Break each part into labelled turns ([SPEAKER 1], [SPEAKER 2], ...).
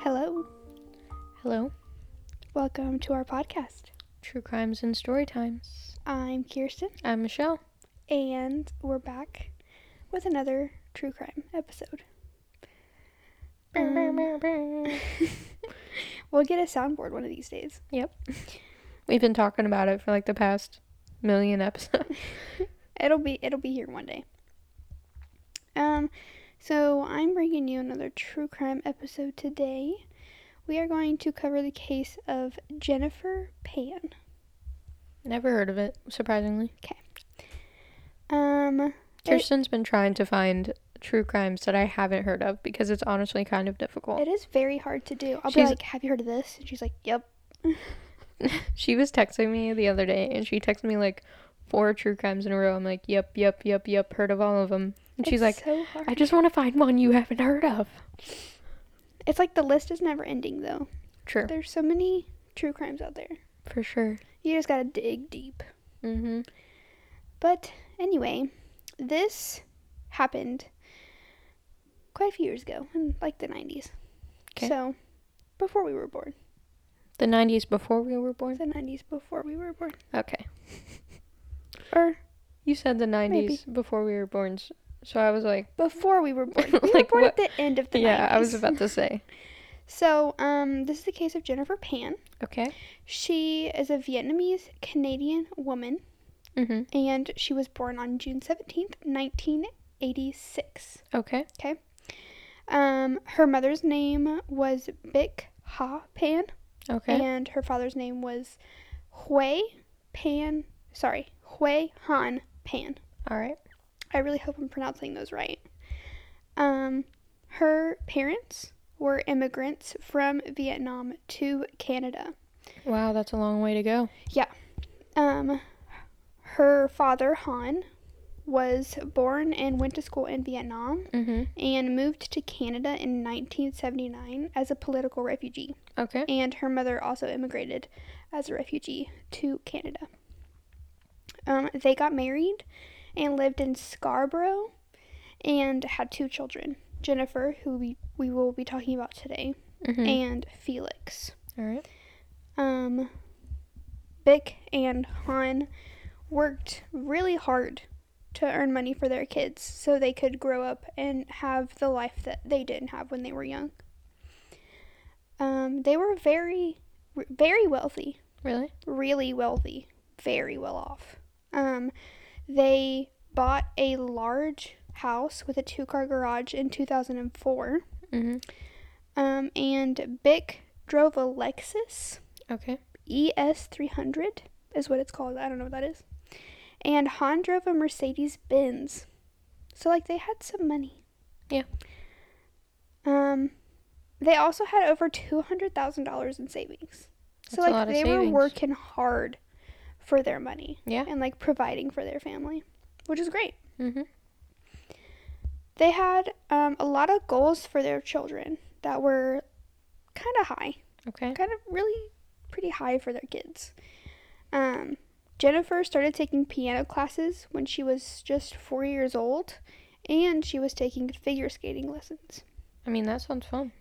[SPEAKER 1] Hello.
[SPEAKER 2] Hello,
[SPEAKER 1] Welcome to our podcast.
[SPEAKER 2] True Crimes and Story Times.
[SPEAKER 1] I'm Kirsten,
[SPEAKER 2] I'm Michelle.
[SPEAKER 1] and we're back with another true crime episode. Um, we'll get a soundboard one of these days.
[SPEAKER 2] We've been talking about it for like the past million episodes.
[SPEAKER 1] It'll be it'll be here one day. Um, so I'm bringing you another true crime episode today. We are going to cover the case of Jennifer Pan.
[SPEAKER 2] Never heard of it, surprisingly.
[SPEAKER 1] Um,
[SPEAKER 2] Kirsten's been trying to find true crimes that I haven't heard of because it's honestly kind of difficult.
[SPEAKER 1] It is very hard to do. I'll be
[SPEAKER 2] She's-
[SPEAKER 1] like, "Have you heard of this?" And she's like, "Yep."
[SPEAKER 2] She was texting me the other day and she texted me like four true crimes in a row. I'm like, yep, yep, yep, yep, heard of all of them. And she's
[SPEAKER 1] It's
[SPEAKER 2] like,
[SPEAKER 1] "So hard."
[SPEAKER 2] I just want to find one you haven't heard of.
[SPEAKER 1] it's like the list is never ending, though.
[SPEAKER 2] True,
[SPEAKER 1] There's so many true crimes out there.
[SPEAKER 2] for sure.
[SPEAKER 1] You just gotta dig deep.
[SPEAKER 2] Mm-hmm.
[SPEAKER 1] But anyway, this happened quite a few years ago, in like the 90s.
[SPEAKER 2] 'Kay.
[SPEAKER 1] So, before we were born.
[SPEAKER 2] The 90s before we were born?
[SPEAKER 1] The 90s before we were born.
[SPEAKER 2] Okay.
[SPEAKER 1] Or
[SPEAKER 2] You said the 90s
[SPEAKER 1] Maybe.
[SPEAKER 2] before we were born, s- so I was like,
[SPEAKER 1] before we were born. We
[SPEAKER 2] Like
[SPEAKER 1] were born
[SPEAKER 2] what-
[SPEAKER 1] at the end of the
[SPEAKER 2] yeah,
[SPEAKER 1] 90s.
[SPEAKER 2] I was about to say.
[SPEAKER 1] So, um, this is the case of Jennifer Pan.
[SPEAKER 2] Okay.
[SPEAKER 1] She is a Vietnamese Canadian woman, Mm-hmm.
[SPEAKER 2] hmm
[SPEAKER 1] and she was born on June 17th, 1986.
[SPEAKER 2] Okay.
[SPEAKER 1] Um, her mother's name was Bic Ha Pan,
[SPEAKER 2] Okay.
[SPEAKER 1] and her father's name was Hue Pan, sorry, Hue Han Pan.
[SPEAKER 2] All right.
[SPEAKER 1] I really hope I'm pronouncing those right. Um, her parents were immigrants from Vietnam to Canada.
[SPEAKER 2] Wow, that's a long way to go.
[SPEAKER 1] Um, her father, Han, was born and went to school in Vietnam
[SPEAKER 2] hmm
[SPEAKER 1] and moved to Canada in 1979 as a political refugee.
[SPEAKER 2] Okay.
[SPEAKER 1] And her mother also immigrated as a refugee to Canada. Um, they got married and lived in Scarborough and had two children Jennifer, who we, we will be talking about today,
[SPEAKER 2] hmm
[SPEAKER 1] and Felix.
[SPEAKER 2] All right.
[SPEAKER 1] Um, Bick and Han worked really hard to earn money for their kids so they could grow up and have the life that they didn't have when they were young. Um, they were very, very wealthy,
[SPEAKER 2] Really?
[SPEAKER 1] really wealthy, very well off. Um, they bought a large house with a two car garage in 2004. Mm-hmm.
[SPEAKER 2] hmm
[SPEAKER 1] Um, and Bick drove a Lexus.
[SPEAKER 2] Okay.
[SPEAKER 1] E ES300 is what it's called. I don't know what that is. And Han drove a Mercedes Benz. So like they had some money.
[SPEAKER 2] Yeah.
[SPEAKER 1] Um they also had over $200,000 in savings. so
[SPEAKER 2] That's a
[SPEAKER 1] like
[SPEAKER 2] lot of
[SPEAKER 1] they were
[SPEAKER 2] savings.
[SPEAKER 1] working hard for their money
[SPEAKER 2] Yeah.
[SPEAKER 1] and like providing for their family, which is great.
[SPEAKER 2] hmm
[SPEAKER 1] They had um, a lot of goals for their children that were kind of high
[SPEAKER 2] Okay.
[SPEAKER 1] kind of really pretty high for their kids. Um, Jennifer started taking piano classes when she was just four years old, and she was taking figure skating lessons.
[SPEAKER 2] I mean, that sounds fun.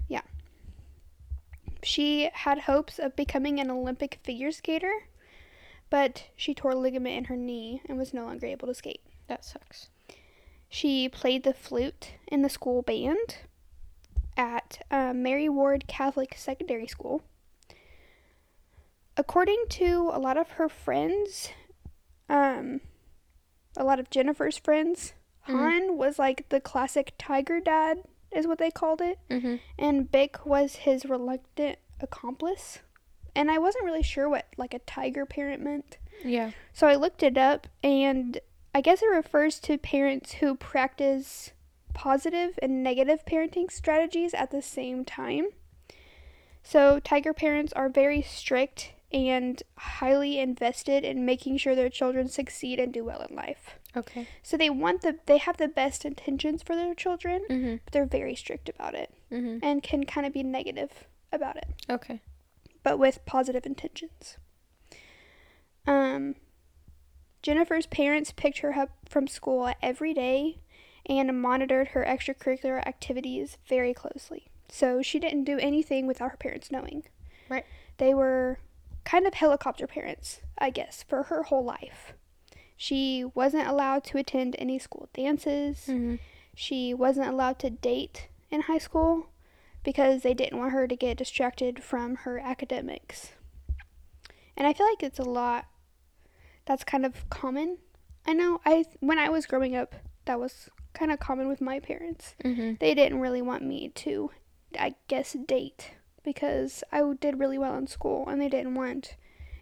[SPEAKER 1] She had hopes of becoming an Olympic figure skater, but she tore a ligament in her knee and was no longer able to skate.
[SPEAKER 2] That sucks.
[SPEAKER 1] She played the flute in the school band at uh, Mary Ward Catholic Secondary School. According to a lot of her friends, um, a lot of Jennifer's friends,
[SPEAKER 2] Mhm.
[SPEAKER 1] Han was like the classic tiger dad, is what they called it,
[SPEAKER 2] hmm
[SPEAKER 1] and Bick was his reluctant accomplice. And I wasn't really sure what like a tiger parent meant.
[SPEAKER 2] Yeah.
[SPEAKER 1] So I looked it up, and I guess it refers to parents who practice positive and negative parenting strategies at the same time. So, tiger parents are very strict and highly invested in making sure their children succeed and do well in life.
[SPEAKER 2] Okay.
[SPEAKER 1] So they want the they have the best intentions for their children,
[SPEAKER 2] Mhm.
[SPEAKER 1] but they're very strict about it
[SPEAKER 2] Mhm.
[SPEAKER 1] and can kind of be negative about it,
[SPEAKER 2] Okay.
[SPEAKER 1] but with positive intentions. Um, Jennifer's parents picked her up from school every day and monitored her extracurricular activities very closely. So she didn't do anything without her parents knowing.
[SPEAKER 2] Right.
[SPEAKER 1] They were kind of helicopter parents, I guess, for her whole life. She wasn't allowed to attend any school dances.
[SPEAKER 2] Mhm.
[SPEAKER 1] She wasn't allowed to date in high school because they didn't want her to get distracted from her academics. And I feel like it's a lot that's kind of common. I know I when I was growing up, that was kind of common with my parents.
[SPEAKER 2] Mhm.
[SPEAKER 1] They didn't really want me to I guess date because I did really well in school and they didn't want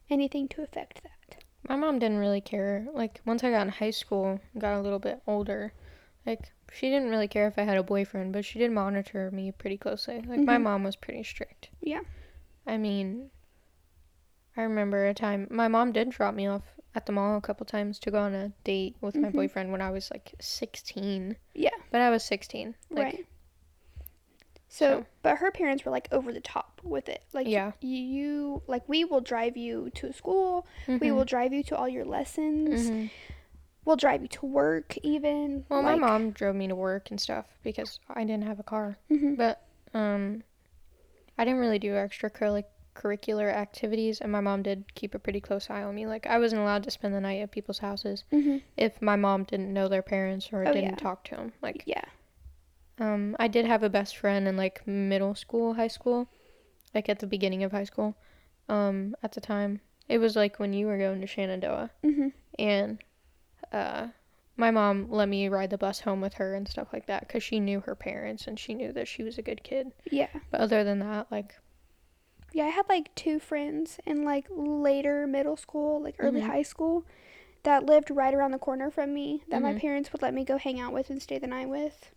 [SPEAKER 1] anything to affect that.
[SPEAKER 2] My mom didn't really care. Like once I got in high school, got a little bit older, like she didn't really care if I had a boyfriend, but she did monitor me pretty closely. Like my
[SPEAKER 1] Mhm.
[SPEAKER 2] mom was pretty strict.
[SPEAKER 1] Yeah.
[SPEAKER 2] I mean, I remember a time my mom did drop me off at the mall a couple times to go on a date with my
[SPEAKER 1] Mhm.
[SPEAKER 2] boyfriend when I was like 16.
[SPEAKER 1] Yeah.
[SPEAKER 2] But I was 16. Like,
[SPEAKER 1] right. So,
[SPEAKER 2] so-
[SPEAKER 1] but her parents were like over the top with it. Like,
[SPEAKER 2] Yeah.
[SPEAKER 1] you, you like we will drive you to school. We
[SPEAKER 2] mhm,
[SPEAKER 1] will drive you to all your lessons.
[SPEAKER 2] mhm.
[SPEAKER 1] We'll drive you to work, even.
[SPEAKER 2] Well,
[SPEAKER 1] like-
[SPEAKER 2] my mom drove me to work and stuff because I didn't have a car.
[SPEAKER 1] Mhm.
[SPEAKER 2] But um, I didn't really do extracurricular activities, and my mom did keep a pretty close eye on me. Like I wasn't allowed to spend the night at people's houses
[SPEAKER 1] Mhm.
[SPEAKER 2] if my mom didn't know their parents or
[SPEAKER 1] Oh,
[SPEAKER 2] didn't
[SPEAKER 1] yeah.
[SPEAKER 2] talk to them. Like
[SPEAKER 1] Yeah.
[SPEAKER 2] um, I did have a best friend in like middle school, high school, like at the beginning of high school. Um, at the time, it was like when you were going to Shenandoah
[SPEAKER 1] hmm
[SPEAKER 2] and uh, my mom let me ride the bus home with her and stuff like that because she knew her parents and she knew that she was a good kid.
[SPEAKER 1] Yeah.
[SPEAKER 2] But other than that, like,
[SPEAKER 1] Yeah. I had like two friends in like later middle school, like early
[SPEAKER 2] Mhm.
[SPEAKER 1] high school, that lived right around the corner from me that my
[SPEAKER 2] Mhm.
[SPEAKER 1] parents would let me go hang out with and stay the night with.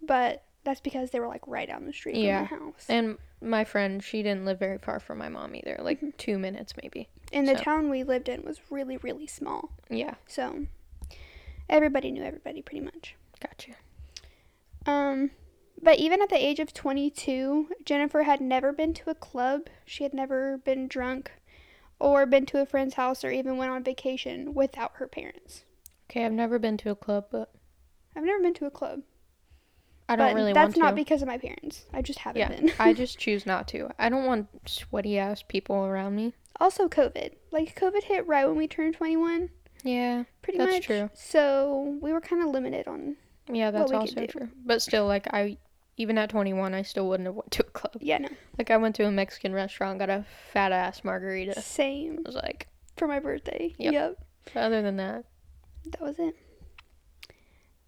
[SPEAKER 1] But that's because they were like right down the street
[SPEAKER 2] Yeah.
[SPEAKER 1] from my house.
[SPEAKER 2] and my friend, she didn't live very far from my mom either, like two minutes maybe.
[SPEAKER 1] And the
[SPEAKER 2] So-
[SPEAKER 1] town we lived in was really, really small.
[SPEAKER 2] Yeah,
[SPEAKER 1] So everybody knew everybody pretty much.
[SPEAKER 2] gotcha.
[SPEAKER 1] Um, but even at the age of 22, Jennifer had never been to a club. She had never been drunk or been to a friend's house or even went on vacation without her parents.
[SPEAKER 2] Okay, I've never been to a club, but
[SPEAKER 1] I've never been to a club.
[SPEAKER 2] I don't
[SPEAKER 1] but
[SPEAKER 2] really
[SPEAKER 1] that's
[SPEAKER 2] want
[SPEAKER 1] not
[SPEAKER 2] to.
[SPEAKER 1] because of my parents. I just haven't
[SPEAKER 2] yeah,
[SPEAKER 1] been.
[SPEAKER 2] I just choose not to. I don't want sweaty ass people around me.
[SPEAKER 1] also COVID. Like COVID hit right when we turned 21,
[SPEAKER 2] Yeah,
[SPEAKER 1] pretty
[SPEAKER 2] That's
[SPEAKER 1] much.
[SPEAKER 2] true.
[SPEAKER 1] So, we were kind of limited on
[SPEAKER 2] yeah,
[SPEAKER 1] What
[SPEAKER 2] that's
[SPEAKER 1] we could
[SPEAKER 2] also
[SPEAKER 1] do.
[SPEAKER 2] true. But still, like, I even at 21, I still wouldn't have went to a club.
[SPEAKER 1] yeah, no.
[SPEAKER 2] Like, I went to a Mexican restaurant, got a fat ass margarita.
[SPEAKER 1] Same
[SPEAKER 2] was like,
[SPEAKER 1] for my birthday.
[SPEAKER 2] Yep.
[SPEAKER 1] yep.
[SPEAKER 2] other than that,
[SPEAKER 1] that was it.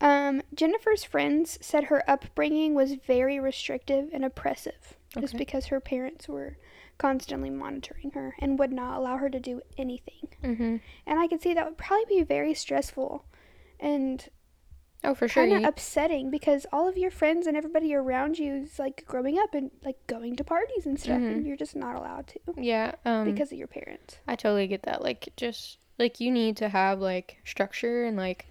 [SPEAKER 1] Um, Jennifer's friends said her upbringing was very restrictive and oppressive, just
[SPEAKER 2] Okay.
[SPEAKER 1] because her parents were constantly monitoring her and would not allow her to do anything.
[SPEAKER 2] mm-hmm.
[SPEAKER 1] And I could see that would probably be very stressful and
[SPEAKER 2] oh, for sure.
[SPEAKER 1] kind of
[SPEAKER 2] You,
[SPEAKER 1] upsetting because all of your friends and everybody around you is like growing up and like going to parties and stuff, and you're just not allowed to
[SPEAKER 2] yeah, Mm-hmm. um,
[SPEAKER 1] because of your parents.
[SPEAKER 2] I totally get that. Like, just like you need to have like structure and like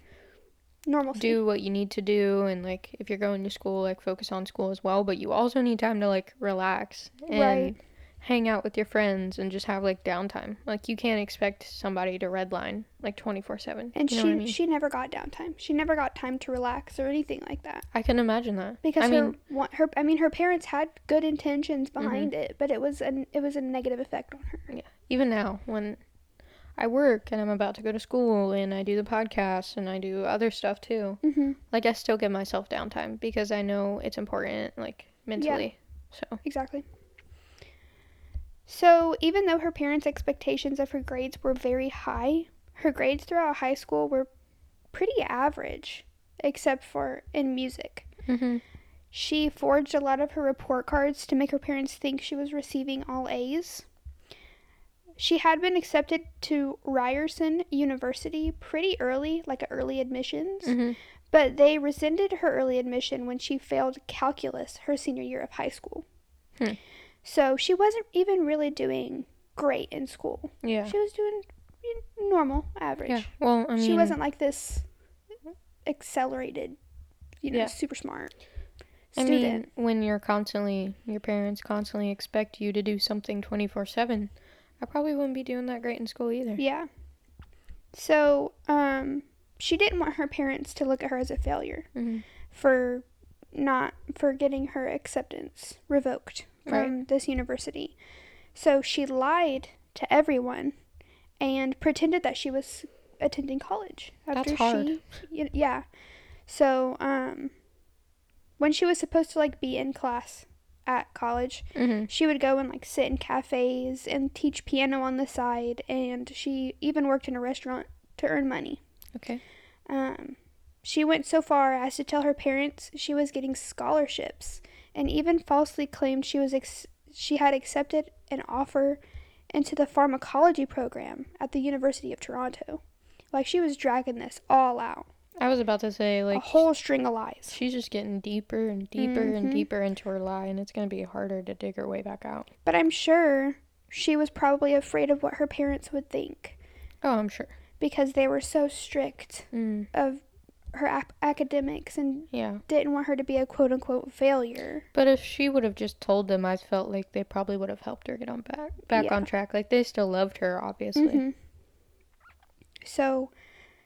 [SPEAKER 1] Normal.
[SPEAKER 2] do what you need to do, and like if you're going to school, like focus on school as well. But you also need time to like relax and
[SPEAKER 1] Right.
[SPEAKER 2] hang out with your friends and just have like downtime. Like you can't expect somebody to redline like twenty four seven.
[SPEAKER 1] and
[SPEAKER 2] you
[SPEAKER 1] she
[SPEAKER 2] know what I mean?
[SPEAKER 1] she never got downtime. She never got time to relax or anything like that.
[SPEAKER 2] I can imagine that
[SPEAKER 1] because
[SPEAKER 2] I
[SPEAKER 1] her
[SPEAKER 2] mean, Mm-hmm.
[SPEAKER 1] wa- her I mean her parents had good intentions behind it, but it was an it was a negative effect on her.
[SPEAKER 2] even now when I work and I'm about to go to school and I do the podcast and I do other stuff too.
[SPEAKER 1] Mm-hmm.
[SPEAKER 2] like I still give myself downtime because I know it's important, like mentally. So
[SPEAKER 1] Exactly. So even though her parents' expectations of her grades were very high, her grades throughout high school were pretty average, except for in music.
[SPEAKER 2] Mm-hmm,
[SPEAKER 1] She forged a lot of her report cards to make her parents think she was receiving all A's. She had
[SPEAKER 2] Mm.
[SPEAKER 1] been
[SPEAKER 2] mm-hmm.
[SPEAKER 1] accepted to Ryerson University pretty early, like early admissions, but they rescinded her early admission when she failed calculus her senior year of high school.
[SPEAKER 2] Hmm.
[SPEAKER 1] So she wasn't even really doing great in school.
[SPEAKER 2] Yeah.
[SPEAKER 1] She was doing you know, normal, average.
[SPEAKER 2] Yeah. Well, I mean,
[SPEAKER 1] she wasn't like this accelerated, you know,
[SPEAKER 2] Yeah.
[SPEAKER 1] super smart
[SPEAKER 2] I
[SPEAKER 1] student.
[SPEAKER 2] mean, when you're constantly, your parents constantly expect you to do something 24 7, I probably wouldn't be doing that great in school either.
[SPEAKER 1] Yeah. So, um, she didn't want her parents to look at her as a failure
[SPEAKER 2] Mhm.
[SPEAKER 1] for not for getting her acceptance revoked from this university. So she lied to everyone and pretended that she was attending college
[SPEAKER 2] That's
[SPEAKER 1] after
[SPEAKER 2] hard.
[SPEAKER 1] she y- yeah. So, um when she was supposed to like be in class at college,
[SPEAKER 2] Mhm.
[SPEAKER 1] she would go and like sit in cafes and teach piano on the side, and she even worked in a restaurant to earn money.
[SPEAKER 2] Okay.
[SPEAKER 1] Um, she went so far as to tell her parents she was getting scholarships, and even falsely claimed she was ex- she had accepted an offer into the pharmacology program at the University of Toronto. Like she was dragging this all out,
[SPEAKER 2] I was about to say,
[SPEAKER 1] a
[SPEAKER 2] like,
[SPEAKER 1] whole string of lies.
[SPEAKER 2] she's just getting deeper and deeper
[SPEAKER 1] Mhm.
[SPEAKER 2] and deeper into her lie, and it's going to be harder to dig her way back out.
[SPEAKER 1] But I'm sure she was probably afraid of what her parents would think
[SPEAKER 2] Oh, I'm sure.
[SPEAKER 1] because they were so strict
[SPEAKER 2] Mm.
[SPEAKER 1] of her ap- academics and
[SPEAKER 2] Yeah.
[SPEAKER 1] didn't want her to be a quote unquote failure.
[SPEAKER 2] But if she would have just told them, I felt like they probably would have helped her get on back back
[SPEAKER 1] Yeah.
[SPEAKER 2] on track. Like they still loved her, obviously.
[SPEAKER 1] Mhm. So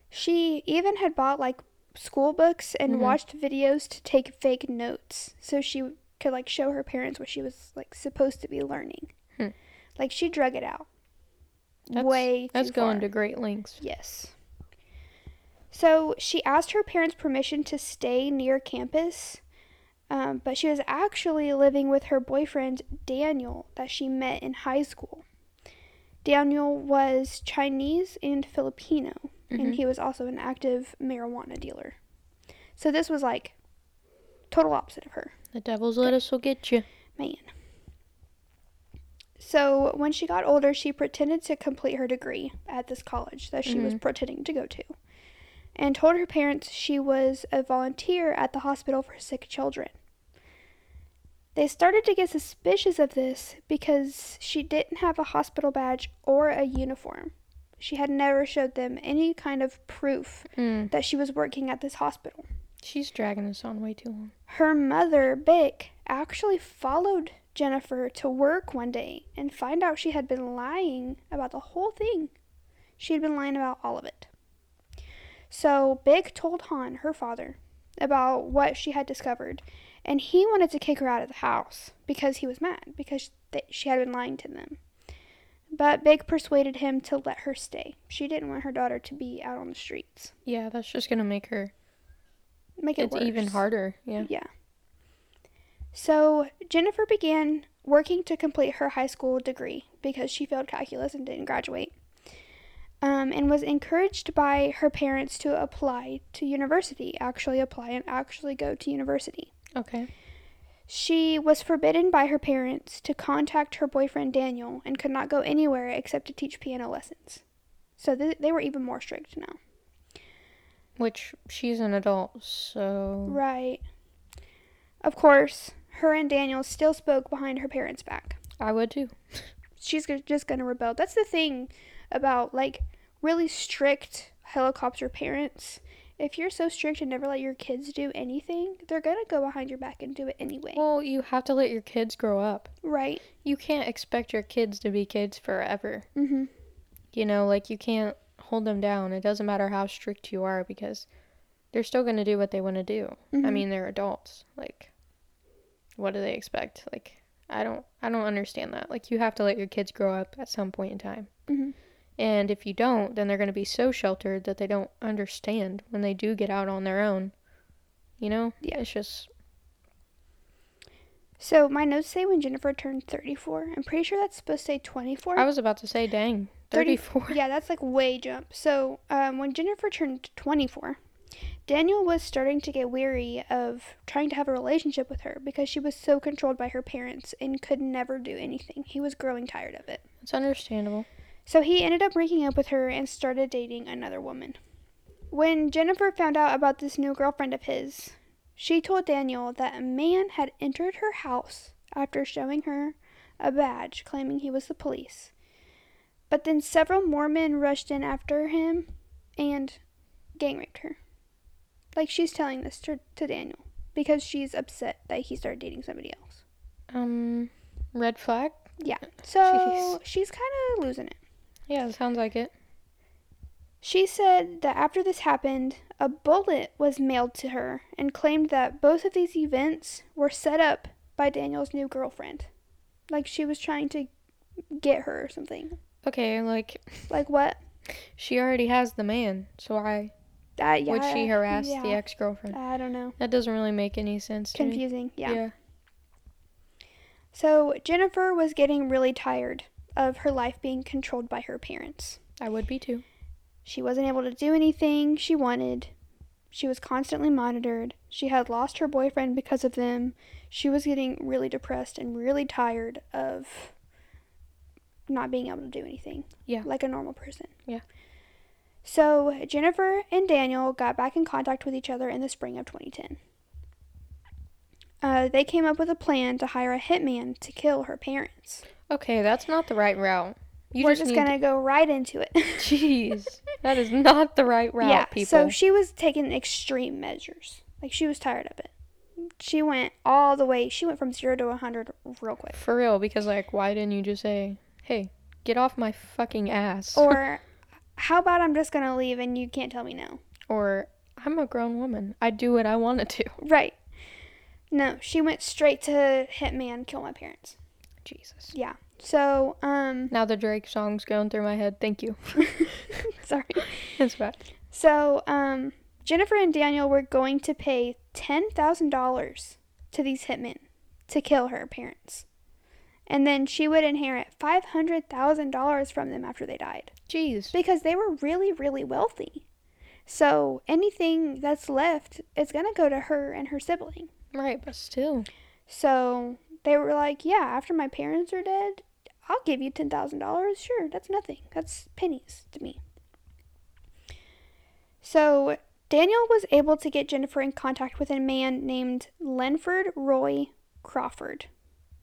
[SPEAKER 1] she even had bought like school books and
[SPEAKER 2] Mhm.
[SPEAKER 1] watched videos to take fake notes so she w- could like show her parents what she was like supposed to be learning.
[SPEAKER 2] Hmm.
[SPEAKER 1] Like she drug it out.
[SPEAKER 2] That's-
[SPEAKER 1] Way
[SPEAKER 2] That's
[SPEAKER 1] too
[SPEAKER 2] going
[SPEAKER 1] far.
[SPEAKER 2] to great lengths.
[SPEAKER 1] Yes. So she asked her parents' permission to stay near campus, um, but she was actually living with her boyfriend Daniel that she met in high school. Daniel was Chinese and Filipino, and he was also an active marijuana dealer. So this was like total opposite of her.
[SPEAKER 2] The devil's lettuce will get you.
[SPEAKER 1] Man. So when she got older, she pretended to complete her degree at this college that she was pretending to go to and told her parents she was a volunteer at the hospital for sick children. They started to get suspicious of this because she didn't have a hospital badge or a uniform. She had never showed them any kind of proof
[SPEAKER 2] Mm.
[SPEAKER 1] that she was working at this hospital
[SPEAKER 2] She's dragging this on way too long.
[SPEAKER 1] her mother, Bick, actually followed Jennifer to work one day and find out she had been lying about the whole thing. She had been lying about all of it. So Bick told Han, her father, about what she had discovered, and he wanted to kick her out of the house because he was mad because th- she had been lying to them. But Big persuaded him to let her stay. She didn't want her daughter to be out on the streets.
[SPEAKER 2] Yeah, that's just gonna make her.
[SPEAKER 1] Make it
[SPEAKER 2] it's even
[SPEAKER 1] worse.
[SPEAKER 2] harder. Yeah.
[SPEAKER 1] So Jennifer began working to complete her high school degree because she failed calculus and didn't graduate, um, and was encouraged by her parents to apply to university, actually apply and actually go to university.
[SPEAKER 2] Okay.
[SPEAKER 1] She was forbidden by her parents to contact her boyfriend Daniel and could not go anywhere except to teach piano lessons. So th- they were even more strict now.
[SPEAKER 2] Which she's an adult, so
[SPEAKER 1] Right. Of course, her and Daniel still spoke behind her parents' back.
[SPEAKER 2] I would too.
[SPEAKER 1] she's go- just gonna rebel. That's the thing about like really strict helicopter parents. If you're so strict and never let your kids do anything, they're gonna go behind your back and do it anyway,
[SPEAKER 2] Well, you have to let your kids grow up.
[SPEAKER 1] right?
[SPEAKER 2] You can't expect your kids to be kids forever.
[SPEAKER 1] Mm-hmm.
[SPEAKER 2] You know, like you can't hold them down. It doesn't matter how strict you are because they're still going to do what they want to do. I
[SPEAKER 1] Mhm.
[SPEAKER 2] mean, they're adults. Like what do they expect? Like I don't I don't understand that. Like you have to let your kids grow up at some point in time.
[SPEAKER 1] Mhm.
[SPEAKER 2] And if you don't, then they're going to be so sheltered that they don't understand when they do get out on their own. You know?
[SPEAKER 1] Yeah.
[SPEAKER 2] It's just
[SPEAKER 1] So my notes say when Jennifer turned 34. I'm pretty sure that's supposed to say 24.
[SPEAKER 2] I was about to say, dang,
[SPEAKER 1] Thirty-
[SPEAKER 2] 34.
[SPEAKER 1] yeah, that's like way jump. So um, when Jennifer turned 24, Daniel was starting to get weary of trying to have a relationship with her because she was so controlled by her parents and could never do anything. He was growing tired of it.
[SPEAKER 2] It's understandable.
[SPEAKER 1] So he ended up breaking up with her and started dating another woman. When Jennifer found out about this new girlfriend of his, she told Daniel that a man had entered her house after showing her a badge claiming he was the police. But then several Mormon rushed in after him and gang raped her. Like she's telling this to, to Daniel because she's upset that he started dating somebody else.
[SPEAKER 2] Um, red flag?
[SPEAKER 1] So
[SPEAKER 2] Jeez.
[SPEAKER 1] she's kind of losing it.
[SPEAKER 2] Yeah, sounds like it.
[SPEAKER 1] She said that after this happened, a bullet was mailed to her and claimed that both of these events were set up by Daniel's new girlfriend. Like she was trying to get her or something.
[SPEAKER 2] Okay, like
[SPEAKER 1] Like what?
[SPEAKER 2] she already has the man, so why
[SPEAKER 1] That Uh, yeah.
[SPEAKER 2] would she harass the
[SPEAKER 1] yeah.
[SPEAKER 2] ex girlfriend?
[SPEAKER 1] I don't know.
[SPEAKER 2] That doesn't really make any sense to me.
[SPEAKER 1] Confusing. Yeah. So Jennifer was getting really tired of her life being controlled by her parents.
[SPEAKER 2] I would be too.
[SPEAKER 1] She wasn't able to do anything she wanted. She was constantly monitored. She had lost her boyfriend because of them. She was getting really depressed and really tired of not being able to do anything.
[SPEAKER 2] Yeah.
[SPEAKER 1] Like a normal person.
[SPEAKER 2] Yeah.
[SPEAKER 1] So Jennifer and Daniel got back in contact with each other in the spring of 2010. Uh, they came up with a plan to hire a hitman to kill her parents.
[SPEAKER 2] Okay, that's not the right route. You
[SPEAKER 1] We're
[SPEAKER 2] just,
[SPEAKER 1] just
[SPEAKER 2] need
[SPEAKER 1] gonna go right into it.
[SPEAKER 2] Jeez, that is not the right route, people.
[SPEAKER 1] So she was taking extreme measures. Like she was tired of it. She went all the way. She went from zero to a hundred real quick.
[SPEAKER 2] For real, because like, why didn't you just say, "Hey, get off my fucking ass,"
[SPEAKER 1] Or how about I'm just gonna leave and you can't tell me no?
[SPEAKER 2] or "I'm a grown woman. I do what I wanted to."
[SPEAKER 1] Right. No, she went straight to hitman, kill my parents.
[SPEAKER 2] Jesus.
[SPEAKER 1] So, um,
[SPEAKER 2] Now the Drake song's going through my head. Thank you.
[SPEAKER 1] sorry.
[SPEAKER 2] It's bad.
[SPEAKER 1] So, um, Jennifer and Daniel were going to pay ten thousand dollars to these hitmen to kill her parents, and then she would inherit five hundred thousand dollars from them after they died
[SPEAKER 2] Jeez.
[SPEAKER 1] because they were really, really wealthy. So anything that's left is gonna go to her and her sibling.
[SPEAKER 2] Right, but still.
[SPEAKER 1] So they were like, "Yeah, after my parents are dead, I'll give you ten thousand dollars. Sure, that's nothing. That's pennies to me." So Daniel was able to get Jennifer in contact with a man named Lenford Roy Crawford.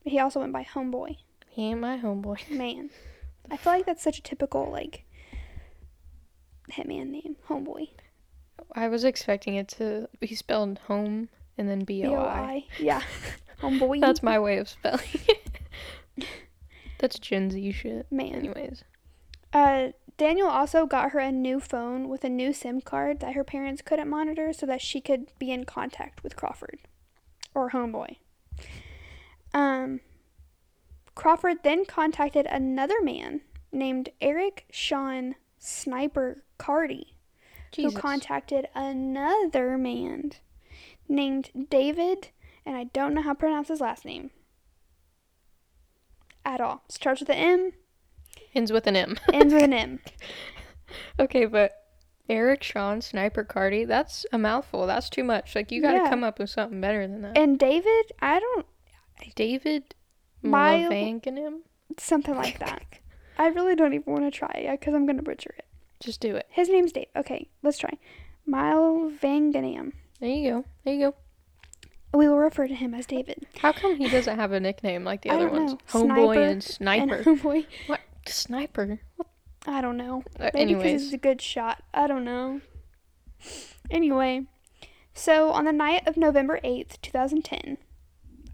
[SPEAKER 1] He also went by Homeboy.
[SPEAKER 2] He ain't my homeboy.
[SPEAKER 1] Man, I feel like that's such a typical like hitman name, Homeboy.
[SPEAKER 2] I was expecting it to be spelled home and then B O I.
[SPEAKER 1] B-O-I. Yeah, Homeboy.
[SPEAKER 2] That's my way of spelling it. That's Gen Z shit.
[SPEAKER 1] man.
[SPEAKER 2] Anyways.
[SPEAKER 1] Uh, Daniel also got her a new phone with a new SIM card that her parents couldn't monitor so that she could be in contact with Crawford or Homeboy. Um, Crawford then contacted another man named Eric Sean Sniper Cardy,
[SPEAKER 2] Jesus.
[SPEAKER 1] who contacted another man named David, and I don't know how to pronounce his last name at all. Starts with an M,
[SPEAKER 2] Ends with an M.
[SPEAKER 1] ends with an M.
[SPEAKER 2] Okay, but Eric Sean Sniper Cardi, that's a mouthful. That's too much. Like you gotta
[SPEAKER 1] Yeah.
[SPEAKER 2] come up with something better than that.
[SPEAKER 1] And David, I don't
[SPEAKER 2] David
[SPEAKER 1] My-
[SPEAKER 2] Mylvanganum?
[SPEAKER 1] something like that. I really don't even want to try because I'm gonna butcher it.
[SPEAKER 2] Just do it.
[SPEAKER 1] His name's Dave. Okay, let's try. Mile Vanganam.
[SPEAKER 2] There you go. There you go.
[SPEAKER 1] We will refer to him as David.
[SPEAKER 2] How come he doesn't have a nickname like the
[SPEAKER 1] I
[SPEAKER 2] other
[SPEAKER 1] don't
[SPEAKER 2] ones?
[SPEAKER 1] know.
[SPEAKER 2] Homeboy
[SPEAKER 1] Sniper
[SPEAKER 2] and Sniper.
[SPEAKER 1] And homeboy,
[SPEAKER 2] what? Sniper? What?
[SPEAKER 1] I don't know.
[SPEAKER 2] Uh,
[SPEAKER 1] Maybe because it's
[SPEAKER 2] anyways.
[SPEAKER 1] a good shot. I don't know. Anyway, so on the night of November eighth, two thousand ten,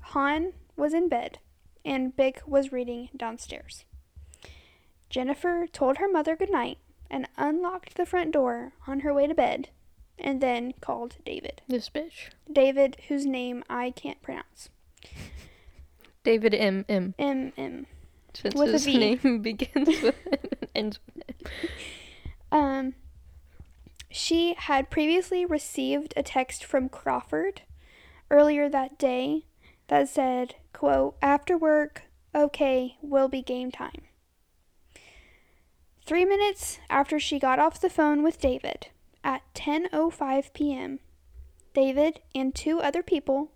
[SPEAKER 1] Han was in bed, and Bick was reading downstairs. Jennifer told her mother goodnight and unlocked the front door on her way to bed, and then called David.
[SPEAKER 2] This bitch.
[SPEAKER 1] David, whose name I can't pronounce.
[SPEAKER 2] David M. M.
[SPEAKER 1] M M.
[SPEAKER 2] Since
[SPEAKER 1] With a
[SPEAKER 2] his
[SPEAKER 1] V.
[SPEAKER 2] name begins with M and ends with M.
[SPEAKER 1] Um, she had previously received a text from Crawford earlier that day that said, quote, after work, okay, will be game time. Three minutes after she got off the phone with David at 10.05 p.m., David and two other people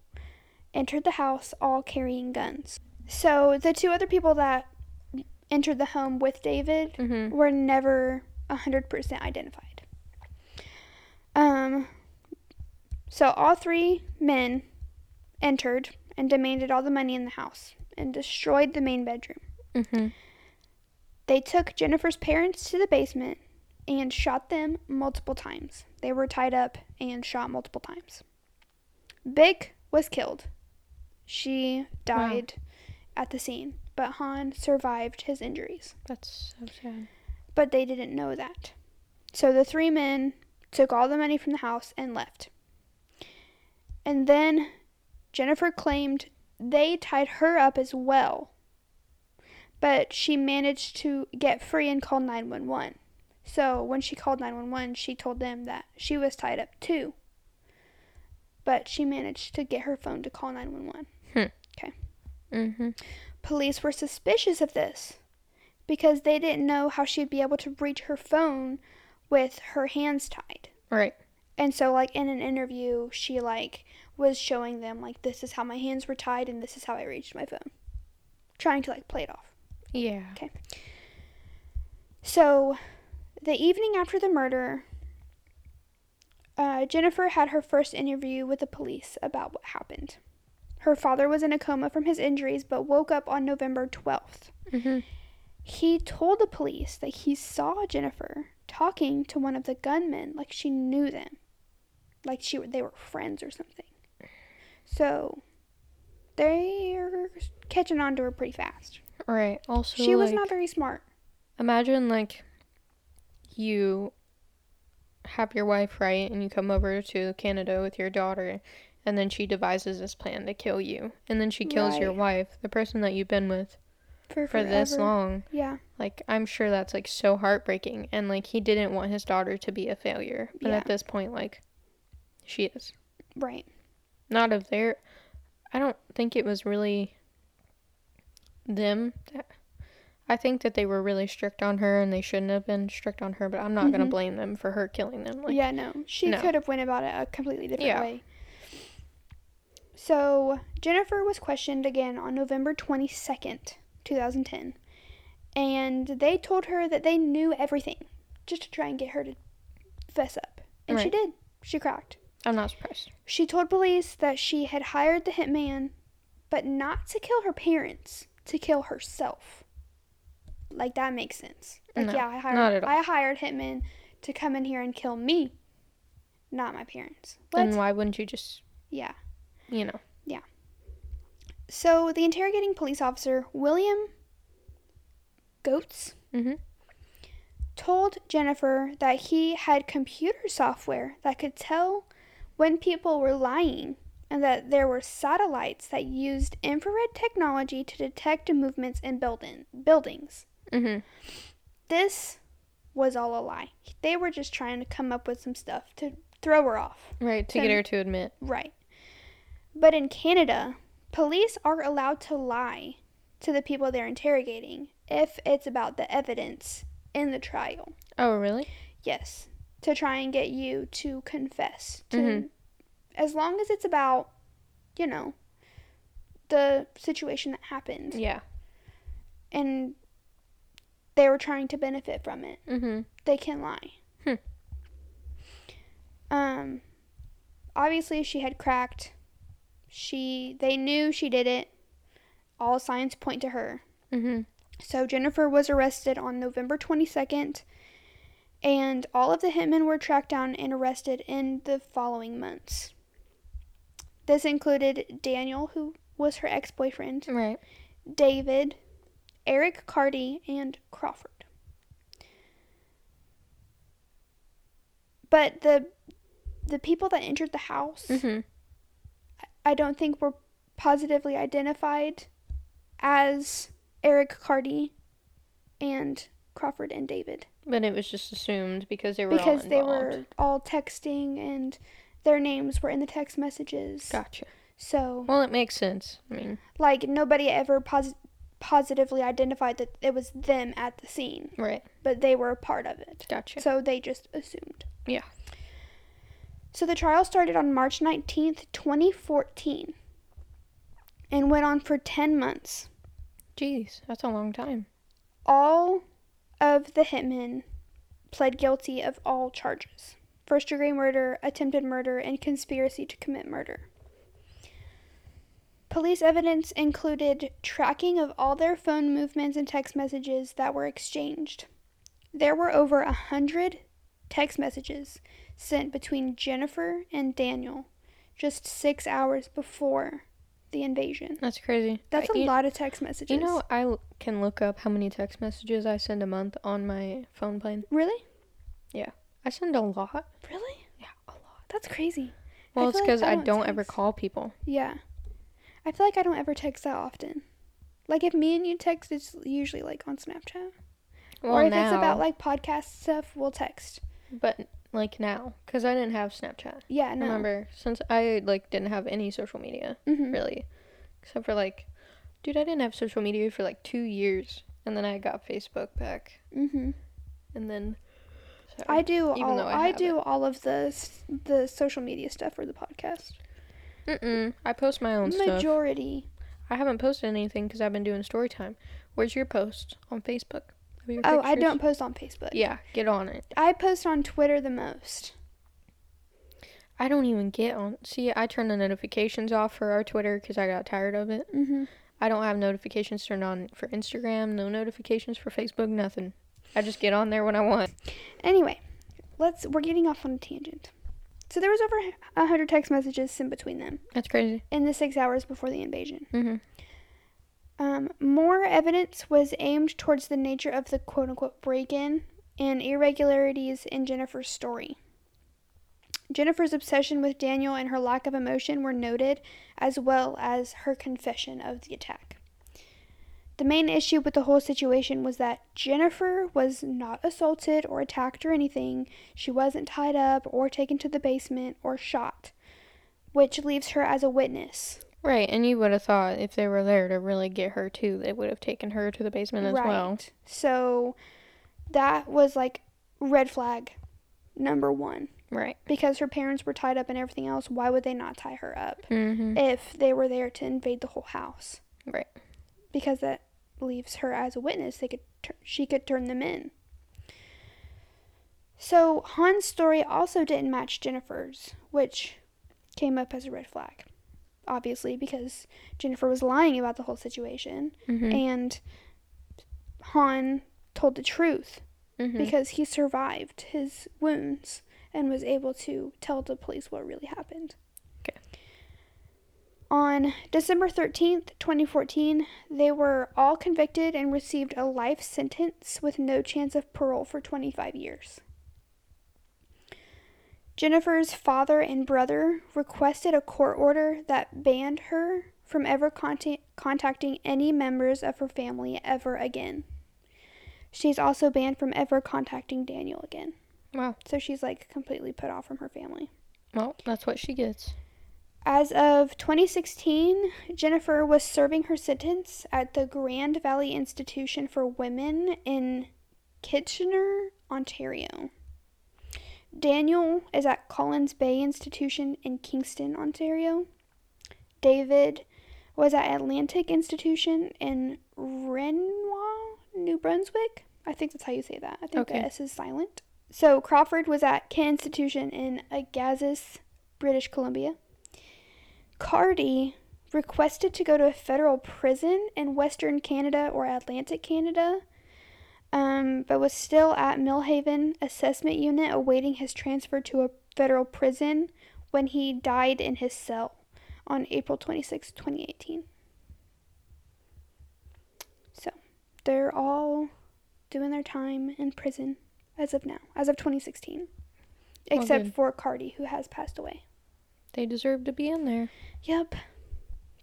[SPEAKER 1] entered the house all carrying guns. So the two other people that entered the home with David
[SPEAKER 2] Mm-hmm.
[SPEAKER 1] were never 100% identified. Um, so all three men entered and demanded all the money in the house and destroyed the main bedroom.
[SPEAKER 2] Mm-hmm.
[SPEAKER 1] They took Jennifer's parents to the basement and shot them multiple times. They were tied up and shot multiple times. Vic was killed. She died at the scene, but Han survived his injuries.
[SPEAKER 2] That's so sad.
[SPEAKER 1] But they didn't know that. So the three men took all the money from the house and left. And then Jennifer claimed they tied her up as well. But she managed to get free and call 911. So when she called 911, she told them that she was tied up too. But she managed to get her phone to call 911.
[SPEAKER 2] Mm-hmm.
[SPEAKER 1] Police were suspicious of this because they didn't know how she'd be able to reach her phone with her hands tied.
[SPEAKER 2] Right.
[SPEAKER 1] And so like in an interview, she like was showing them like this is how my hands were tied and this is how I reached my phone. Trying to like play it off.
[SPEAKER 2] Yeah.
[SPEAKER 1] So, the evening after the murder, uh, Jennifer had her first interview with the police about what happened. Her father was in a coma from his injuries but woke up on November 12th.
[SPEAKER 2] Mm-hmm.
[SPEAKER 1] He told the police that he saw Jennifer talking to one of the gunmen like she knew them. Like she they were friends or something. So they're catching on to her pretty fast.
[SPEAKER 2] Right. Also,
[SPEAKER 1] she was
[SPEAKER 2] like,
[SPEAKER 1] not very smart.
[SPEAKER 2] Imagine like you have your wife right and you come over to Canada with your daughter and then she devises this plan to kill you and then she kills your
[SPEAKER 1] Right.
[SPEAKER 2] wife, the person that you've been with
[SPEAKER 1] For,
[SPEAKER 2] for this
[SPEAKER 1] forever.
[SPEAKER 2] long.
[SPEAKER 1] Yeah.
[SPEAKER 2] Like I'm sure that's like so heartbreaking and like he didn't want his daughter to be a failure. But
[SPEAKER 1] Yeah.
[SPEAKER 2] at this point like she is.
[SPEAKER 1] Right.
[SPEAKER 2] Not of their I don't think it was really them that I think that they were really strict on her and they shouldn't have been strict on her, but I'm not gonna
[SPEAKER 1] Mhm.
[SPEAKER 2] blame them for her killing them. Like
[SPEAKER 1] yeah, no. She
[SPEAKER 2] no.
[SPEAKER 1] could have went about it a completely different
[SPEAKER 2] Yeah.
[SPEAKER 1] way. So, Jennifer was questioned again on November 22nd, 2010. And they told her that they knew everything just to try and get her to fess up. And she
[SPEAKER 2] Right.
[SPEAKER 1] did. She cracked.
[SPEAKER 2] I'm not surprised.
[SPEAKER 1] She told police that she had hired the hitman, but not to kill her parents, to kill herself. Like that makes sense. Like
[SPEAKER 2] No,
[SPEAKER 1] yeah, I hired
[SPEAKER 2] not at all.
[SPEAKER 1] I hired hitman to come in here and kill me, not my parents. What?
[SPEAKER 2] And why wouldn't you just
[SPEAKER 1] yeah.
[SPEAKER 2] you know?
[SPEAKER 1] So the interrogating police officer, William Goetz,
[SPEAKER 2] Mhm.
[SPEAKER 1] told Jennifer that he had computer software that could tell when people were lying and that there were satellites that used infrared technology to detect movements in building, buildings.
[SPEAKER 2] Mm-hmm.
[SPEAKER 1] This was all a lie. They were just trying to come up with some stuff to throw her off.
[SPEAKER 2] Right, to get
[SPEAKER 1] Then-
[SPEAKER 2] her to admit.
[SPEAKER 1] Right. But in Canada, police are allowed to lie to the people they're interrogating if it's about the evidence in the trial.
[SPEAKER 2] Oh really?
[SPEAKER 1] Yes. To try and get you to confess to
[SPEAKER 2] Mhm.
[SPEAKER 1] as long as it's about, you know, the situation that happened
[SPEAKER 2] Yeah.
[SPEAKER 1] and they were trying to benefit from it
[SPEAKER 2] Mm-hmm.
[SPEAKER 1] they can lie.
[SPEAKER 2] Hmm.
[SPEAKER 1] Um, obviously she had cracked. She they knew she did it. All signs point to her.
[SPEAKER 2] Mm-hmm.
[SPEAKER 1] So Jennifer was arrested on November 22nd, and all of the hitmen were tracked down and arrested in the following months. This included Daniel, who was her ex-boyfriend,
[SPEAKER 2] Right.
[SPEAKER 1] David, Eric Carty, and Crawford. But the the people that entered the house,
[SPEAKER 2] Mm-hmm.
[SPEAKER 1] I don't think were positively identified as Eric Carty and Crawford and David
[SPEAKER 2] But it was just assumed because they were all
[SPEAKER 1] because
[SPEAKER 2] involved.
[SPEAKER 1] they were all texting and their names were in the text messages.
[SPEAKER 2] Gotcha.
[SPEAKER 1] So,
[SPEAKER 2] Well, it makes sense. I mean,
[SPEAKER 1] like nobody ever posi- positively identified that it was them at the scene.
[SPEAKER 2] right.
[SPEAKER 1] but they were a part of it.
[SPEAKER 2] Gotcha.
[SPEAKER 1] So they just assumed.
[SPEAKER 2] Yeah.
[SPEAKER 1] So the trial started on March 19th, 2014, and went on for 10 months.
[SPEAKER 2] Jeez, that's a long time.
[SPEAKER 1] All of the hitmen pled guilty of all charges. first degree murder, attempted murder, and conspiracy to commit murder. Police evidence included tracking of all their phone movements and text messages that were exchanged. There were over a hundred text messages sent between Jennifer and Daniel just six hours before the invasion.
[SPEAKER 2] That's crazy.
[SPEAKER 1] That's
[SPEAKER 2] a
[SPEAKER 1] a lot of text messages.
[SPEAKER 2] You know, I l- can look up how many text messages I send a month on my phone plan.
[SPEAKER 1] really?
[SPEAKER 2] I send a lot.
[SPEAKER 1] Really?
[SPEAKER 2] Yeah, a lot.
[SPEAKER 1] That's crazy.
[SPEAKER 2] Well, it's
[SPEAKER 1] feel like
[SPEAKER 2] because
[SPEAKER 1] I
[SPEAKER 2] I
[SPEAKER 1] don't
[SPEAKER 2] don't ever
[SPEAKER 1] text.
[SPEAKER 2] call people.
[SPEAKER 1] Yeah. I feel like I don't ever text that often. Like if me and you text, it's usually like on Snapchat.
[SPEAKER 2] Well,
[SPEAKER 1] or if
[SPEAKER 2] now,
[SPEAKER 1] it's about like podcast stuff, we'll text.
[SPEAKER 2] but like now, because I didn't have Snapchat.
[SPEAKER 1] Yeah, no.
[SPEAKER 2] Remember, since I like didn't have any social media
[SPEAKER 1] Mhm.
[SPEAKER 2] really, except for like, dude, I didn't have social media for like two years, and then I got Facebook back,
[SPEAKER 1] Mm-hmm.
[SPEAKER 2] and then. Sorry.
[SPEAKER 1] I do
[SPEAKER 2] Even
[SPEAKER 1] all
[SPEAKER 2] though I
[SPEAKER 1] I,
[SPEAKER 2] have
[SPEAKER 1] do all of the s- the social media stuff for the podcast.
[SPEAKER 2] Mm-mm, I post my own stuff.
[SPEAKER 1] Majority.
[SPEAKER 2] I haven't posted anything because I've been doing story time. Where's your post on Facebook? Have your
[SPEAKER 1] Oh, I
[SPEAKER 2] pictures?
[SPEAKER 1] don't post on Facebook.
[SPEAKER 2] Yeah, get on it.
[SPEAKER 1] I post on Twitter the most.
[SPEAKER 2] I don't even get on. See, I turned the notifications off for our Twitter because I got tired of it.
[SPEAKER 1] Mhm.
[SPEAKER 2] I don't have notifications turned on for Instagram, no notifications for Facebook, nothing. I just get on there when I want.
[SPEAKER 1] Anyway, let's we're getting off on a tangent. So there was over a 100 text messages sent between them
[SPEAKER 2] That's crazy.
[SPEAKER 1] in the 6 hours before the invasion.
[SPEAKER 2] Mm-hmm.
[SPEAKER 1] Um, more evidence was aimed towards the nature of the quote unquote break in and irregularities in Jennifer's story. Jennifer's obsession with Daniel and her lack of emotion were noted, as well as her confession of the attack. The main issue with the whole situation was that Jennifer was not assaulted or attacked or anything. She wasn't tied up or taken to the basement or shot, which leaves her as a witness.
[SPEAKER 2] Right, and you would have thought if they were there to really get her too, they would have taken her to the basement as well.
[SPEAKER 1] So that was like red flag number one
[SPEAKER 2] Right.
[SPEAKER 1] because her parents were tied up and everything else. Why would they not tie her up
[SPEAKER 2] Mm-hmm.
[SPEAKER 1] if they were there to invade the whole house?
[SPEAKER 2] Right.
[SPEAKER 1] Because that leaves her as a witness. They could tur- she could turn them in. So Han's story also didn't match Jennifer's, which came up as a red flag, obviously because Jennifer was lying about the whole situation
[SPEAKER 2] Mm-hmm.
[SPEAKER 1] and Han told the truth
[SPEAKER 2] Mm-hmm.
[SPEAKER 1] because he survived his wounds and was able to tell the police what really happened.
[SPEAKER 2] 'Kay.
[SPEAKER 1] On December 13th, 2014, they were all convicted and received a life sentence with no chance of parole for 25 years. Jennifer's father and brother requested a court order that banned her from ever contact- contacting any members of her family ever again. She's also banned from ever contacting Daniel again.
[SPEAKER 2] Wow.
[SPEAKER 1] So she's like completely put off from her family.
[SPEAKER 2] Well, that's what she gets.
[SPEAKER 1] As of 2016, Jennifer was serving her sentence at the Grand Valley Institution for Women in Kitchener, Ontario. Daniel is at Collins Bay Institution in Kingston, Ontario. David was at Atlantic Institution in Renoir, New Brunswick. I think that's how you say that. I think
[SPEAKER 2] Okay.
[SPEAKER 1] the S is silent. So Crawford was at Kent Institution in Agassiz, British Columbia. Cardi requested to go to a federal prison in Western Canada or Atlantic Canada, um, but was still at Millhaven Assessment Unit awaiting his transfer to a federal prison when he died in his cell on April 26, 2018. So they're all doing their time in prison as of now, as of 2016,
[SPEAKER 2] Well,
[SPEAKER 1] except
[SPEAKER 2] Oh, good.
[SPEAKER 1] for Cardi, who has passed away.
[SPEAKER 2] They deserve to be in there,
[SPEAKER 1] Yep.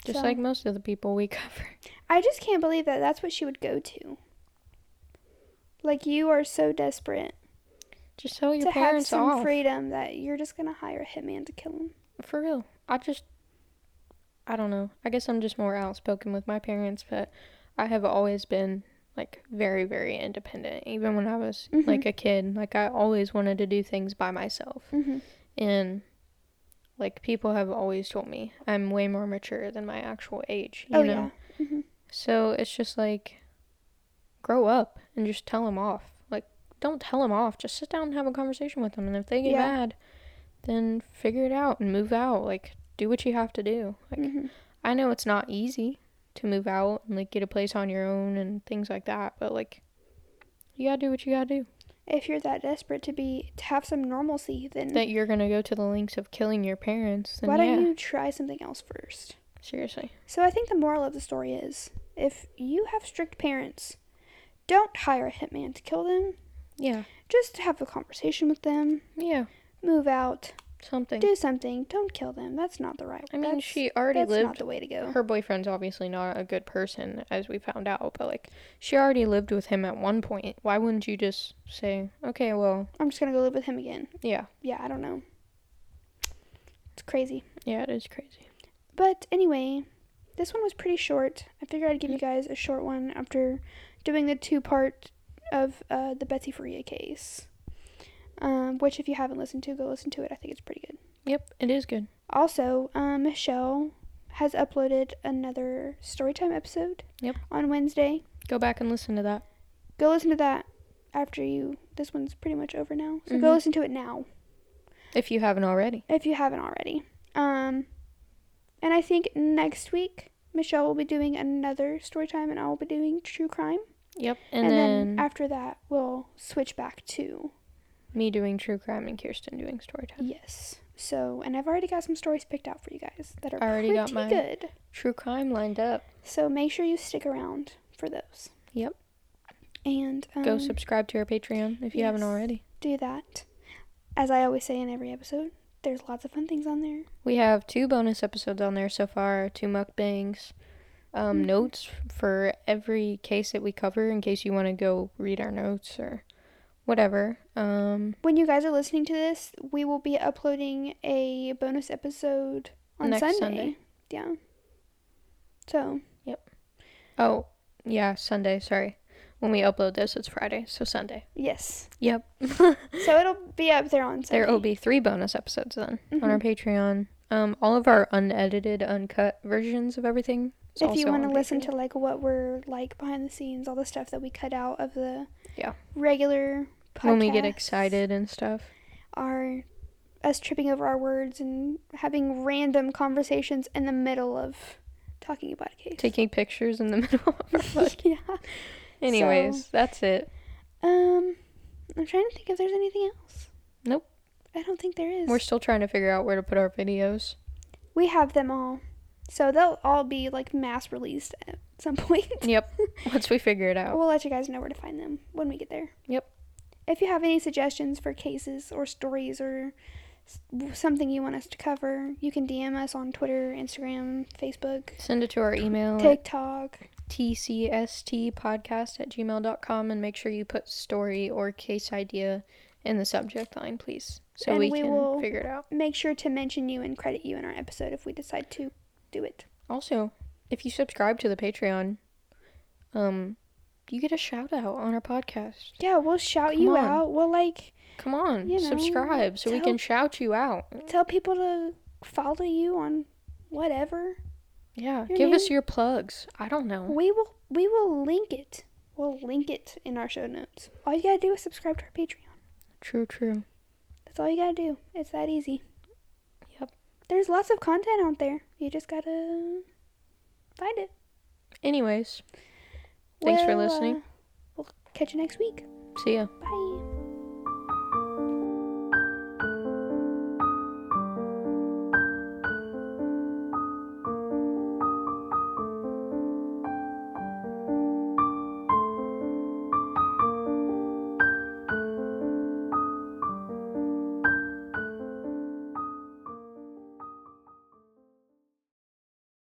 [SPEAKER 2] just
[SPEAKER 1] So-
[SPEAKER 2] like most of the people we cover.
[SPEAKER 1] I just can't believe that that's what she would go to. Like you are so desperate
[SPEAKER 2] Just sell your
[SPEAKER 1] to have
[SPEAKER 2] parents
[SPEAKER 1] some
[SPEAKER 2] off.
[SPEAKER 1] freedom that you're just gonna hire a hitman to kill him.
[SPEAKER 2] For real. I just I don't know. I guess I'm just more outspoken with my parents, but I have always been like very very independent even when I was
[SPEAKER 1] Mhm.
[SPEAKER 2] like a kid. Like I always wanted to do things by myself.
[SPEAKER 1] Mm-hmm.
[SPEAKER 2] And like people have always told me I'm way more mature than my actual age, you
[SPEAKER 1] Oh
[SPEAKER 2] know.
[SPEAKER 1] yeah. hmm
[SPEAKER 2] So it's just like grow up and just tell them off. Like don't tell them off. Just sit down and have a conversation with them. And if they get
[SPEAKER 1] Yeah.
[SPEAKER 2] mad, then figure it out and move out. Like, do what you have to do. Like,
[SPEAKER 1] Mhm.
[SPEAKER 2] I know it's not easy to move out and like get a place on your own and things like that, but like, you gotta do what you gotta do.
[SPEAKER 1] If you're that desperate to be to have some normalcy, then
[SPEAKER 2] That you're gonna go to the lengths of killing your parents. Then
[SPEAKER 1] Mm. why
[SPEAKER 2] yeah,
[SPEAKER 1] don't you try something else first?
[SPEAKER 2] seriously.
[SPEAKER 1] So I think the moral of the story is if you have strict parents, don't hire a hitman to kill them.
[SPEAKER 2] Yeah,
[SPEAKER 1] Just have a conversation with them,
[SPEAKER 2] yeah,
[SPEAKER 1] move out,
[SPEAKER 2] something.
[SPEAKER 1] do something, don't kill them. That's not the right
[SPEAKER 2] I mean,
[SPEAKER 1] that's-
[SPEAKER 2] she already
[SPEAKER 1] that's not
[SPEAKER 2] lived.
[SPEAKER 1] the way to go.
[SPEAKER 2] Her boyfriend's obviously not a good person, as we found out, but like, she already lived with him at one point. Why wouldn't you just say, okay, well,
[SPEAKER 1] I'm just gonna go live with him again.
[SPEAKER 2] yeah,
[SPEAKER 1] Yeah, I don't know. It's crazy.
[SPEAKER 2] yeah, it is crazy.
[SPEAKER 1] But anyway, this one was pretty short. I figured I'd give you guys a short one after doing the two part of uh, the Betsy Faria case. Um, which, if you haven't listened to, go listen to it. I think it's pretty good.
[SPEAKER 2] Yep, it is good.
[SPEAKER 1] Also, um, Michelle has uploaded another storytime episode
[SPEAKER 2] Yep.
[SPEAKER 1] on Wednesday.
[SPEAKER 2] Go back and listen to that.
[SPEAKER 1] Go listen to that after you. This one's pretty much over now. So go
[SPEAKER 2] Mhm.
[SPEAKER 1] listen to it now.
[SPEAKER 2] If you haven't already.
[SPEAKER 1] if you haven't already. Um, and I think next week Michelle will be doing another story time, and I'll be doing true crime.
[SPEAKER 2] Yep. And,
[SPEAKER 1] and
[SPEAKER 2] then,
[SPEAKER 1] then, after that, we'll switch back to
[SPEAKER 2] me doing true crime and Kirsten doing story time.
[SPEAKER 1] yes. So, and I've already got some stories picked out for you guys that are
[SPEAKER 2] I already
[SPEAKER 1] pretty
[SPEAKER 2] got mine.
[SPEAKER 1] good.
[SPEAKER 2] True crime lined up.
[SPEAKER 1] So make sure you stick around for those.
[SPEAKER 2] Yep.
[SPEAKER 1] And um,
[SPEAKER 2] Go subscribe to our Patreon if you haven't
[SPEAKER 1] yes.
[SPEAKER 2] already.
[SPEAKER 1] do that. As I always say in every episode, there's lots of fun things on there.
[SPEAKER 2] We have two bonus episodes on there so far, two mukbangs, um,
[SPEAKER 1] Mhm.
[SPEAKER 2] notes for every case that we cover in case you want to go read our notes or whatever. Um,
[SPEAKER 1] When you guys are listening to this, we will be uploading a bonus episode on
[SPEAKER 2] Next
[SPEAKER 1] Sunday.
[SPEAKER 2] Sunday.
[SPEAKER 1] Yeah. So,
[SPEAKER 2] oh, yeah, Sunday, sorry. When we upload this, it's Friday, so Sunday.
[SPEAKER 1] yes.
[SPEAKER 2] Yep.
[SPEAKER 1] So it'll be up there on Sunday.
[SPEAKER 2] There will be three bonus episodes then on our
[SPEAKER 1] Mhm.
[SPEAKER 2] Patreon. Um, all of our unedited, uncut versions of everything. is
[SPEAKER 1] If you
[SPEAKER 2] also
[SPEAKER 1] want to
[SPEAKER 2] on
[SPEAKER 1] listen
[SPEAKER 2] Patreon.
[SPEAKER 1] to like what we're like behind the scenes, all the stuff that we cut out of the
[SPEAKER 2] Yeah.
[SPEAKER 1] regular podcast.
[SPEAKER 2] when we get excited and stuff.
[SPEAKER 1] Our us tripping over our words and having random conversations in the middle of talking about a case.
[SPEAKER 2] Taking pictures in the middle of our podcast.
[SPEAKER 1] yeah.
[SPEAKER 2] Anyways, that's it.
[SPEAKER 1] Um I'm trying to think if there's anything else.
[SPEAKER 2] Nope.
[SPEAKER 1] I don't think there is.
[SPEAKER 2] We're still trying to figure out where to put our videos.
[SPEAKER 1] We have them all. So they'll all be like mass released at some point.
[SPEAKER 2] Yep. Once we figure it out.
[SPEAKER 1] we'll let you guys know where to find them when we get there.
[SPEAKER 2] Yep.
[SPEAKER 1] If you have any suggestions for cases or stories or s- something you want us to cover, you can DM us on Twitter, Instagram, Facebook,
[SPEAKER 2] Send it to our email at
[SPEAKER 1] TikTok.
[SPEAKER 2] tcstpodcast at gmail.com and make sure you put story or case idea in the subject line, please. So
[SPEAKER 1] And
[SPEAKER 2] we,
[SPEAKER 1] we
[SPEAKER 2] can
[SPEAKER 1] will-
[SPEAKER 2] figure it out.
[SPEAKER 1] Make sure to mention you and credit you in our episode if we decide to do it.
[SPEAKER 2] Also, if you subscribe to the Patreon, um, you get a shout out on our podcast.
[SPEAKER 1] Yeah, we'll shout
[SPEAKER 2] Come
[SPEAKER 1] you
[SPEAKER 2] on.
[SPEAKER 1] out. We'll like
[SPEAKER 2] Come on,
[SPEAKER 1] You know,
[SPEAKER 2] subscribe so we
[SPEAKER 1] tell-
[SPEAKER 2] can shout you out.
[SPEAKER 1] tell people to follow you on whatever.
[SPEAKER 2] Yeah,
[SPEAKER 1] Your
[SPEAKER 2] give us your plugs. I don't know.
[SPEAKER 1] We will we will link it. We'll link it in our show notes. All you gotta do is subscribe to our Patreon.
[SPEAKER 2] True, true.
[SPEAKER 1] That's all you gotta do. It's that easy.
[SPEAKER 2] Yep.
[SPEAKER 1] There's lots of content out there. You just gotta find it.
[SPEAKER 2] Anyways, Thanks for
[SPEAKER 1] Well,
[SPEAKER 2] listening.
[SPEAKER 1] uh, we'll catch you next week.
[SPEAKER 2] see ya.
[SPEAKER 1] Bye.